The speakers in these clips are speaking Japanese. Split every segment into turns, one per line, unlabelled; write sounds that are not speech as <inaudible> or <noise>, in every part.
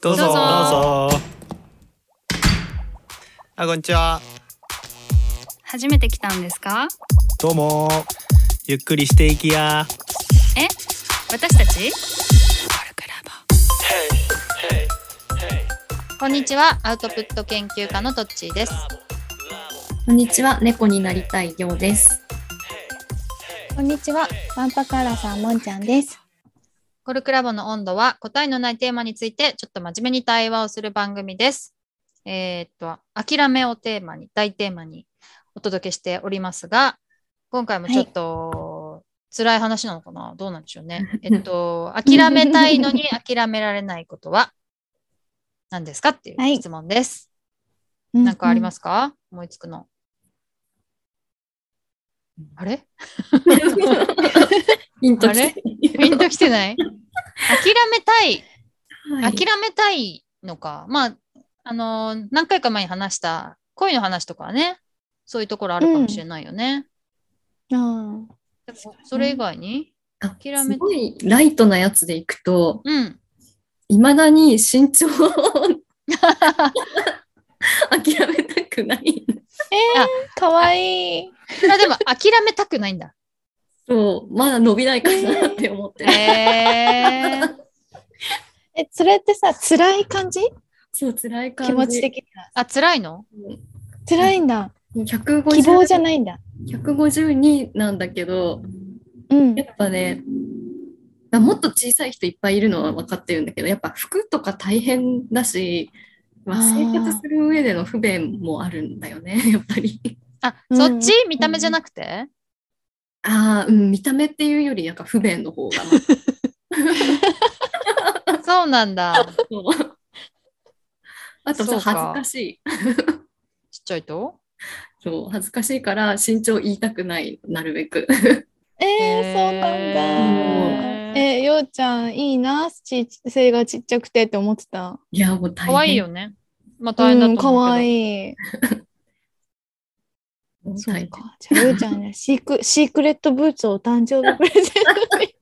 ど
どう
うぞ
ぞ
あこんにちは
初めて来たんですか
どうもゆっくりしていきや
え私たち
こんにちは、アウトプット研究家のトッチーです。
こんにちは、猫になりたいようです。
こんにちは。ワンパクアラさん、もんちゃんです。
コルクラボの温度は答えのないテーマについてちょっと真面目に対話をする番組です。えーっと、諦めをテーマに、大テーマにお届けしておりますが、今回もちょっと辛い話なのかな、どうなんでしょうね。えっと、諦めたいのに諦められないことは何ですかってい
は
う
い
質問です。
な。
なんかありますすか、思いつくの。あれ
ヒント
あ
<laughs>
れ
来て
ピンときて <laughs> ない諦めたい
はい
諦めたいのか、まあ、あのー何回か前に話した恋の話とかはね、そういうところあるかもしれないよね。で
あ
もそれ以外に、
あ
諦めて
すごいライトなやつでいくと、
うん。
いまだに身長を <laughs> 諦めたくない。
あ、かわいい。
まあでも、諦めたくないんだ。
そう、まだ伸びないかなって
<laughs>
思ってる。
へー
え、それってさ、辛い感じ
そう、辛い感じ。
気持ち的には。
あ、辛いの
辛いんだ。
もう150
希望じゃないんだ。
152なんだけど、
うん
や。っぱね、あもっと小さい人いっぱいいるのは分かってるんだけど、やっぱ服とか大変だし、まあ、
あー
生活する上での不便もあるんだよね、 <laughs> やっぱり。
あ、
うん
そっち見た目じゃなくて
ああ、うん、見た目っていうより、なんか不便の方が。
<laughs> そうなんだ。
そうあと
そう
さ、
か
恥ずかしい。 <laughs>
ちっちゃいと
そう、恥ずかしいから、身長言いたくない、なるべく。 <laughs>
え
へー
ー、そうなんだ。えー、ようちゃん、いいな、ち背がちっちゃくてって思ってた。
いや、もう大変。
可愛いよね。まあ大変だと
か
思うけど。
わいい。
もう
そ
大
う
変。
か。じゃあ、ようちゃんね、シークシークレットブー
<laughs>
ツをお誕生日プレゼントに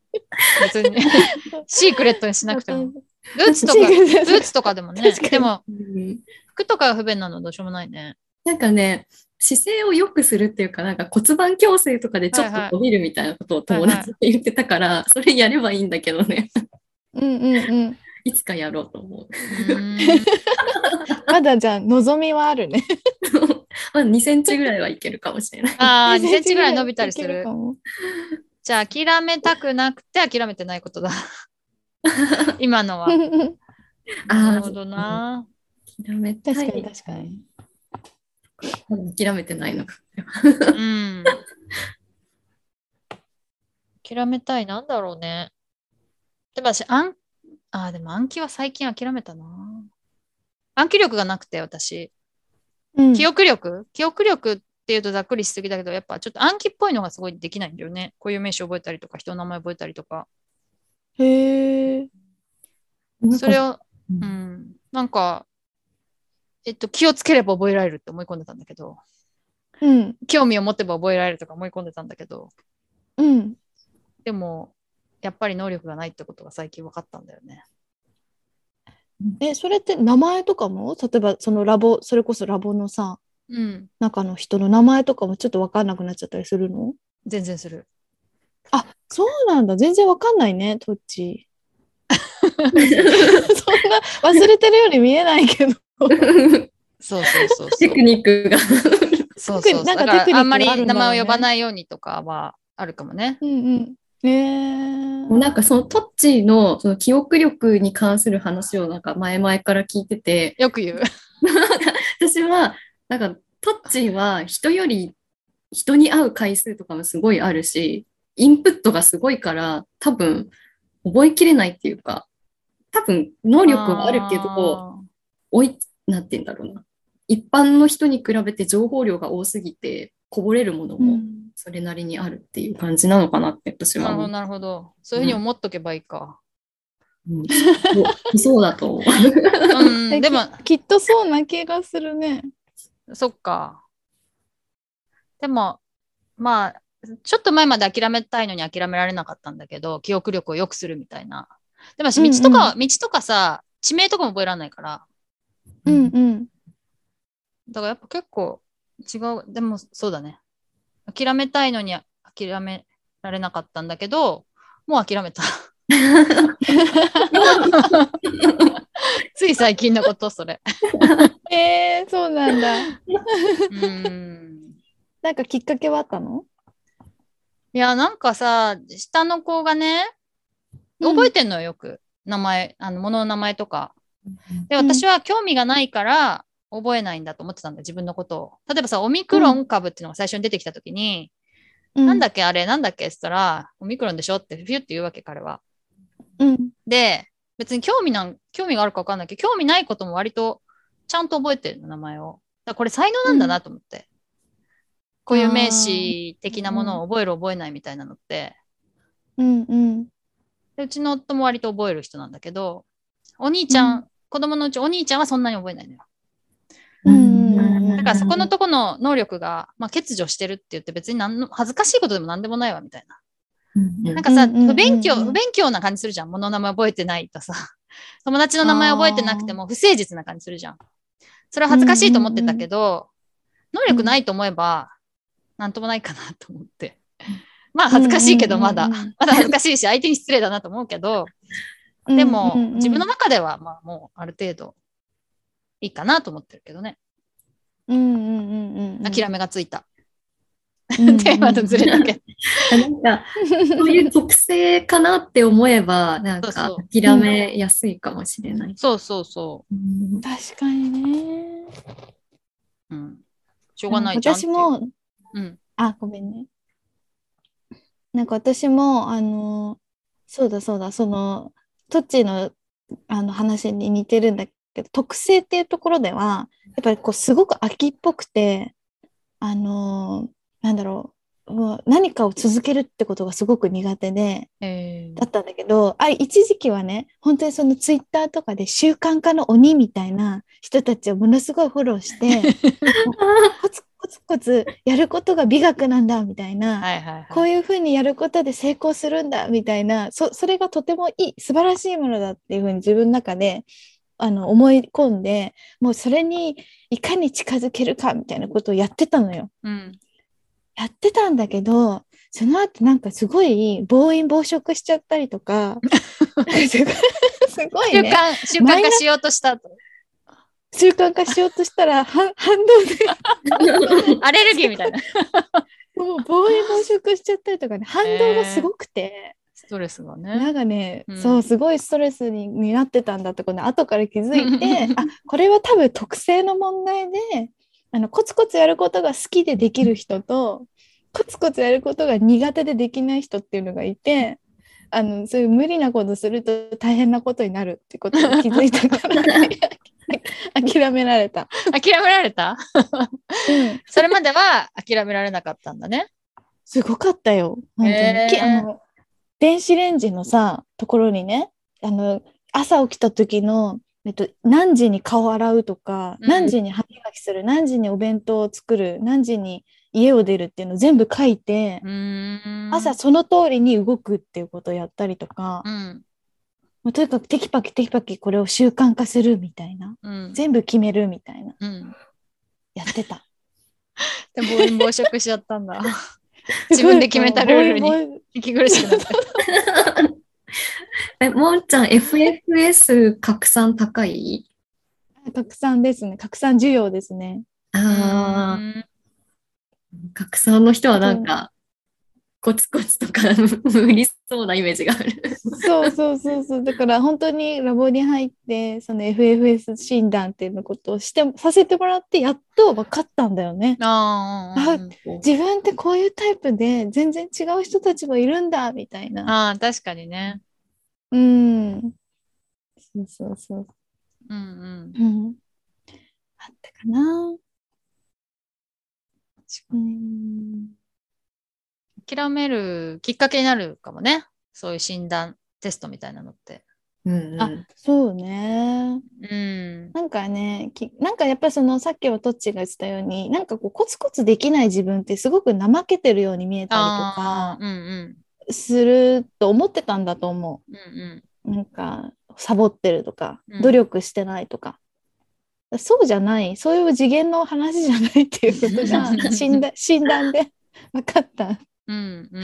別に。 <laughs> シークレットにしなくても。ブーツと
<laughs> シ
か
ーク、レット
ブーツとかでもね
確か。に
でも、
うん
服とかが不便なのはどうしようもないね。
なんかね、姿勢を良くするっていうか、なんか骨盤矯正とかでちょっ
はいはい
と伸びるみたいなことを友達と言ってたから、それやればいいんだけどね、 <laughs>
うんうんうん。
いつかやろうと思
う
う。 <laughs>
ーん
まだじゃあ、望みはあるね。
まあ2センチぐらいはいけるかもし
<laughs>
れない。
ああ、2センチぐらい伸びたりす
<laughs> いけ
る
か。も
じゃあ、諦めたくなくて諦めてない
<laughs>
ことだ。今のは。なるほどな。
諦めたい
確かに確かに。
まだ諦めてない
<laughs>
のか。
うん。諦めたい、なんだろうね。でも私、暗、ああ、でも暗記は最近諦めたな。暗記力がなくて、私。
うん
記憶力記憶力っていうとざっくりしすぎだけど、やっぱちょっと暗記っぽいのがすごいできないんだよね。こういう名詞覚えたりとか、人の名前覚えたりとか。
へえ。
それを、
う
うんん、なんか、えっと、気をつければ覚えられるって思い込んでたんだけど、
うん。
興味を持てば覚えられるとか思い込んでたんだけど、
うん。
でも、やっぱり能力がないってことが最近分かったんだよね。
え、それって名前とかも例えばそのラボ、それこそラボのさ、
うん、
中の人の名前とかもちょっと分かんなくなっちゃったりするの
全然する。
そうなんだ。全然分かんないね、トッチ。 <laughs> そんな忘れてるように見えないけど。
そうそうそうそ <laughs>
テ
う
ク。ニックが。 <laughs>
そうそうそう
な
だ
んか
から
テクニックが
あんまり
あるん
名
だろう
前
ね
を呼ばないようにとかはあるかもね。
<laughs> うんうん。え
もうなんかそのトッチーのその記憶力に関する話をなんか前々から聞いてて、
よく言う。
私はなんかトッチーは人より人に会う回数とかもすごいあるし、インプットがすごいから多分覚えきれないっていうか、多分能力はあるけど、おい、なんて言うんだろうな。一般の人に比べて情報量が多すぎて、こぼれるもの
う
も
ん
それなりにあるっていう感じなのかなって私
あーな
は
るほ
思う
ど、なるほど。そういうふうに思っとけばいい <laughs> か。
うんそうそうだと思う。
うん、
え
でも、
きっとそうな気がするね。
そっか。でも、まあ、ちょっと前まで諦めたいのに諦められなかったんだけど、記憶力を良くするみたいな。でも私、
うんうん
道とか、道とかさ、地名とかも覚えられないから、
うんうん。
だからやっぱ結構違う、でもそうだね。諦めたいのに諦められなかったんだけど、もう諦 <laughs> めた。つい最近のこと、それ。
えー、そうなんだ。
うん。
<laughs> なんかきっかけはあったの
いや、なんかさ、下の子がね、覚えてんのよ、よく。名前、あの、物の名前とか。で、
うん
私は興味がないから、覚えないんだと思ってたんだ、自分のことを。例えばさ、オミクロン株っていうのが最初に出てきたときに、
うん
なんだっけあれなんだっけって言ったら、オミクロンでしょって、フィュって言うわけ、彼は。
うん。
で、別に興味なん、興味があるか分かんないけど、興味ないことも割とちゃんと覚えてるの、名前を。だからこれ才能なんだなと思って。固有名詞的なものを覚える覚えないみたいなのって。
うんうん。
でうちの夫も割と覚える人なんだけど、お兄ちゃん、
う
子供のうちお兄ちゃんはそんなに覚えないのよ。
<laughs> うんうんうん
だからそこのとこの能力が、まあ、欠如してるって言って別に何の恥ずかしいことでも何でもないわみたいな。なんかさ、
うんうんうんうん
不勉強、不勉強な感じするじゃん。物の名前覚えてないとさ、 <laughs> 友達の名前覚えてなくても不誠実な感じするじゃん。それは恥ずかしいと思ってたけど、能力ないと思えば、なんともないかなと思って。まあ恥ずかしいけどまだ、
うんうんうんうん
まだ恥ずかしいし相手に失礼だなと思うけど、でも、自分の中では、まあ、もうある程度いいかなと思ってるけどね。
うんうんうんうん。
諦めが <laughs> ついた。
め
テーマとずれたけど。
なんか、そういう特性かなって思えば、なん
そ
か
う、
諦めやすいかもしれない。
そうそうそ
うん
確かにね。
う。うん。しょうがないじゃんって
私
いう。
も
うん。
あ、ごめんね。なんか私も、あの、そうだそうだ、その、トッチーの、あの話に似てるんだけど、特性っていうところでは、やっぱりこう、すごく秋っぽくて、あの、なんだろう、もう何かを続けるってことがすごく苦手で、
え
だったんだけど、あ、一時期はね、本当にそのツイッターとかで習慣化の鬼みたいな人たちをものすごいフォローして、コツコツコツやることが美学なんだみたいな、
はいはいはい。
こういうふうにやることで成功するんだみたいなそそれがとてもいい素晴らしいものだっていうふうに自分の中であの思い込んでもうそれにいかに近づけるかみたいなことをやってたのよ。
うん。
やってたんだけどその後なんかすごい暴飲暴食しちゃったりと <laughs> かなんかすごいすごい
習
ね
慣、習慣化しようとした後。
習慣化しようとしたら反 <laughs> 反動で
アレルギーみたいな。
もう暴飲暴食しちゃったりとかね反動がすごくて。
ストレスが
な
ね。
んかね、
うん
そうすごいストレスにになってたんだってことね後から気づいてあこれは多分特性の問題であのコツコツやることが好きでできる人とコツコツやることが苦手でできない人っていうのがいてあのそういう無理なことすると大変なことになるってことに気づいたから
<laughs>
諦められた。
諦められた
うん
それまでは諦められなかったんだね。
すごかったよ。本当に。
へー
きあの電子レンジのさ、ところにね、あの、朝起きた時の、えっと、何時に顔洗うとか、
うん
何時に歯磨きする、何時にお弁当を作る、何時に家を出るっていうのを全部書いて、
うーん。
朝その通りに動くっていうことをやったりとか、
うん。
もうとにかくテキパキテキパキこれを習慣化するみたいな、
うん。
全部決めるみたいな、
うん。
やってた。
で、暴飲暴食しちゃったんだ。 <laughs> 自分で決めたルールに
<laughs> すごいもう
息苦しくなった。
<laughs> え、もんちゃん、FFS 拡散高い
拡散ですね。拡散需要ですね。
ああ、拡散の人はなんか、コツコツとか無理そうなイメージがある。
そうそうそうそうだから本当にラボに入ってその FFS 診断っていうのことをしてさせてもらってやっと分かったんだよね。
あーうんうんうん
自分ってこういうタイプで全然違う人たちもいるんだみたいな。
あー確かにね。
うん。そうそうそう。
うんうん。
うん。あったかな。うん。
諦めるきっかけになるかもね。そういう診断、テストみたいなのって。
うん
あそうね。
うん。
なんかね、きなんかやっぱりそのさっきおとっちが言ってたように、なんかこうコツコツできない自分ってすごく怠けてるように見えたりと
ああ
か
ー、うんうん。
すると思ってたんだと思
うんうん。
う。なんかサボってるとか
うん
努力してないとか、そうじゃないそういう次元の話じゃないっていうことが診断診断で分かったか
うんう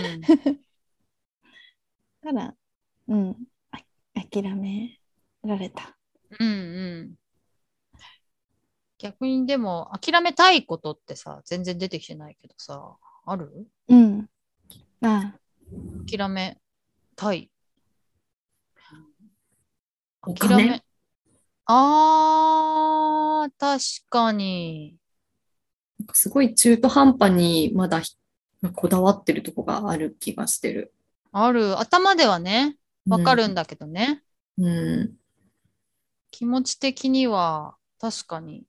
ん。
ら、うん、あ諦められた。
うんうん。逆にでも諦めたいことってさ、全然出てきてないけどさ、ある
うん、あ
諦めたい。
お
諦
金
め。あー、確かに。
なんかすごい中途半端にまだひこだわってるとこがある気がしてる。
ある。頭ではね、わかるん
だ。
だけどね。
うん。
気持ち的には、確かに、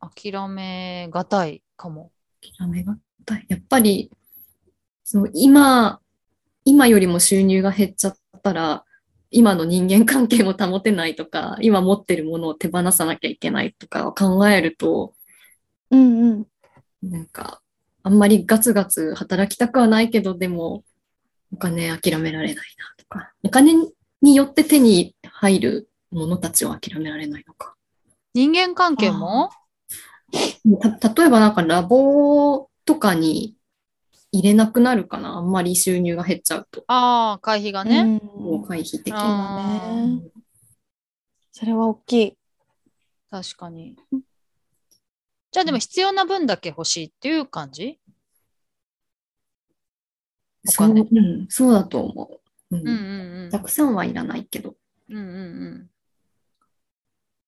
諦めがたいかも。
諦めがたい。やっぱり、その今、今よりも収入が減っちゃったら、今の人間関係も保てないとか、今持ってるものを手放さなきゃいけないとかを考えると、
うんうん
なんか、あんまりガツガツ働きたくはないけど、でも、お金諦められないなとか、お金によって手に入るものたちを諦められないのか。
人間関係も
た例えばなんかラボとかに入れなくなるかなあんまり収入が減っちゃうと。
ああー、会費が
う
ね。
ん
もう回避的
あ
な。
だ
ー
ねそれは大きい。
確かに。じゃあでも必要な分だけ欲しいっていう感じお
そう、
金
うん、そうだと思う、うん
うんうん
たくさんはいらないけど。
うん。うんうんうん。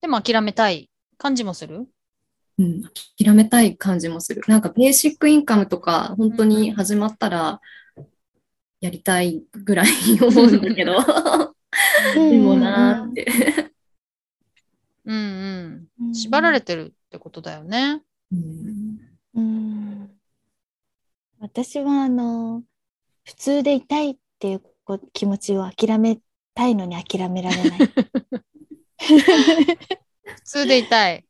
でも諦めたい感じもする
うん、諦めたい感じもする。なんかベーシックインカムとか本当に始まったらやりたいぐらい思うんだけど、でもなーって。
うんうん。
うん
縛られてるってことだよね。
うん
うん私はあの普通でいたいっていうこ気持ちを諦めたいのに諦められない
普通でいたい。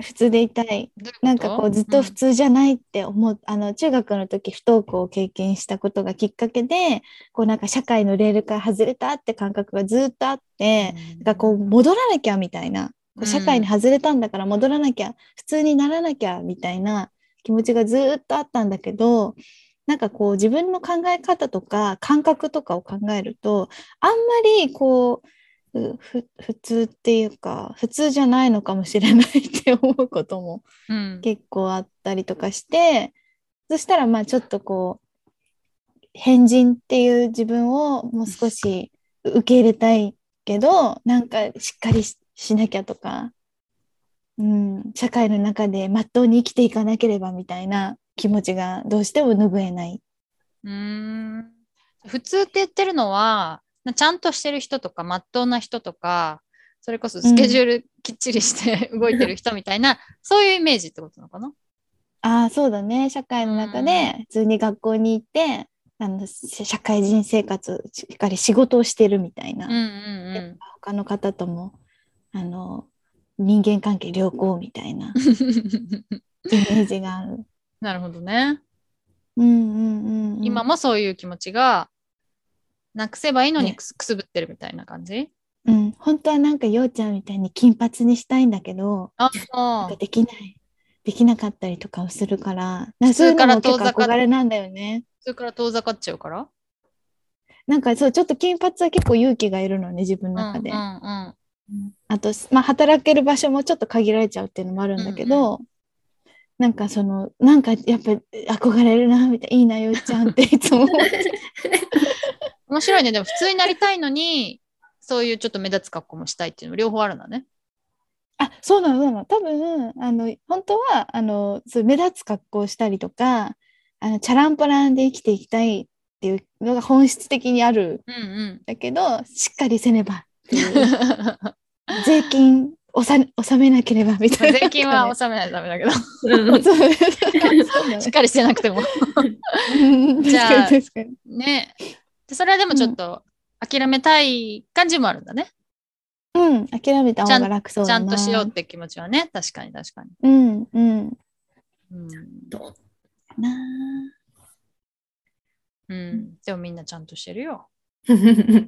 普通でいたい
どういうと
なんかこうずっと普通じゃないって思う、あの中学の時不登校を経験したことがきっかけでこうなんか社会のレールから外れたって感覚がずっとあって、なんかこう戻らなきゃみたいなこ
うん
う社会に外れたんだから戻らなきゃ、普通にならなきゃみたいな気持ちがずーっとあったんだけどなんかこう自分の考え方とか感覚とかを考えるとあんまりこううふ普通っていうか普通じゃないのかもしれないって思うことも
うんうん
結構あったりとかしてそしたらまあちょっとこう変人っていう自分をもう少し受け入れたいけどなんかしっかりししなきゃとか、うん、社会の中でまっとうに生きていかなければみたいな気持ちがどうしても拭えない。
うーん普通って言ってるのはなちゃんとしてる人とかまっとうな人とかそれこそスケジュールきっちり
<laughs>
して、動いてる人みたいなそういうイメージってことなのかな
ああそうだね社会の中で普通に学校に行ってあのし社会人生活しっかり仕事をしてるみたいな。
うんうん
他の方ともあの人間関係良好みたいな
う
<laughs>
ん
イメージがある。
なるほどね、
うんうんうんうん、
今もそういう気持ちがなくせばいいのに
ね
くす,、くすぶってるみたいな感じ
うん、本当はなんかようちゃんみたいに金髪にしたいんだけど
あ
なん
あ
かできないできなかったりとかをするからなん
普
かそう
通
いう
か
の
ら
も結構
遠ざかっ
憧れなんだよね。
それから遠ざかっちゃうから
なんかそうちょっと金髪は結構勇気がいるのね自分の中で。
うんうんうん
あと、まあ、働ける場所もちょっと限られちゃうっていうのもあるんだけど、なんかそのなんかやっぱり憧れるなみたいないいなようちゃんっていつも思って
面白いねでも普通になりたいのにそういうちょっと目立つ格好もしたいっていうの両方あるんだね
あそうなのそうなの多分あの本当はあのそう目立つ格好をしたりとかあのチャランポランで生きていきたいっていうのが本質的にあるん
うんうん
だけどしっかりせねばっていう税金納め納めなければみたいな
税金は
<laughs>
納めないとダメだけど、し
うん
そうそうなの
っかり <laughs> してなくても。
うん
じ
確
ゃあ
かに確かに
ねでそれはでもちょっと諦めたい感じもあるんだね。
うん諦めた方が楽そう
ち
だ
ゃ
なん
としようって気持ちはね、確かに確かに。
うんうん
うん
<laughs> と
な
うん、でもみんなちゃんとしてるよ。頑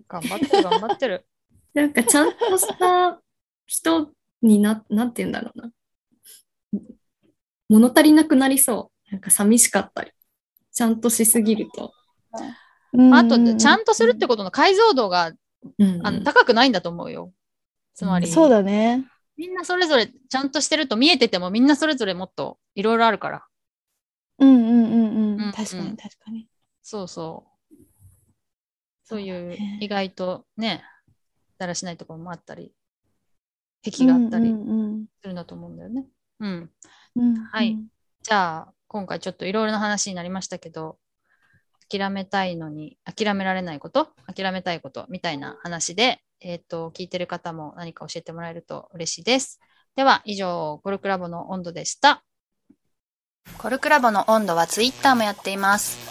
張ってる頑張ってる。
なんかちゃんとした人にな、なんて言うんだろうな。物足りなくなりそう。なんか寂しかったり。ちゃんとしすぎると。
うん
あと、ちゃんとするってことの解像度が
うん
あの高くないんだと思うよ。つまり、
そうだね。
みんなそれぞれちゃんとしてると見えててもみんなそれぞれもっといろいろあるから。
うんうんうん
うんう
うんん。確かに確かに。
そうそう。そういう
そうだね
意外とね、だらしないところもあったり、癖があった
う
り
んうん
するんだと思うんだよね。うん。
うんうん
はい。じゃあ、今回ちょっといろいろな話になりましたけど、諦めたいのに、諦められないこと、諦めたいことみたいな話で、えっ、と、聞いてる方も何か教えてもらえると嬉しいです。では、以上、コルクラボの温度でした。コルクラボの温度はツイッターもやっています。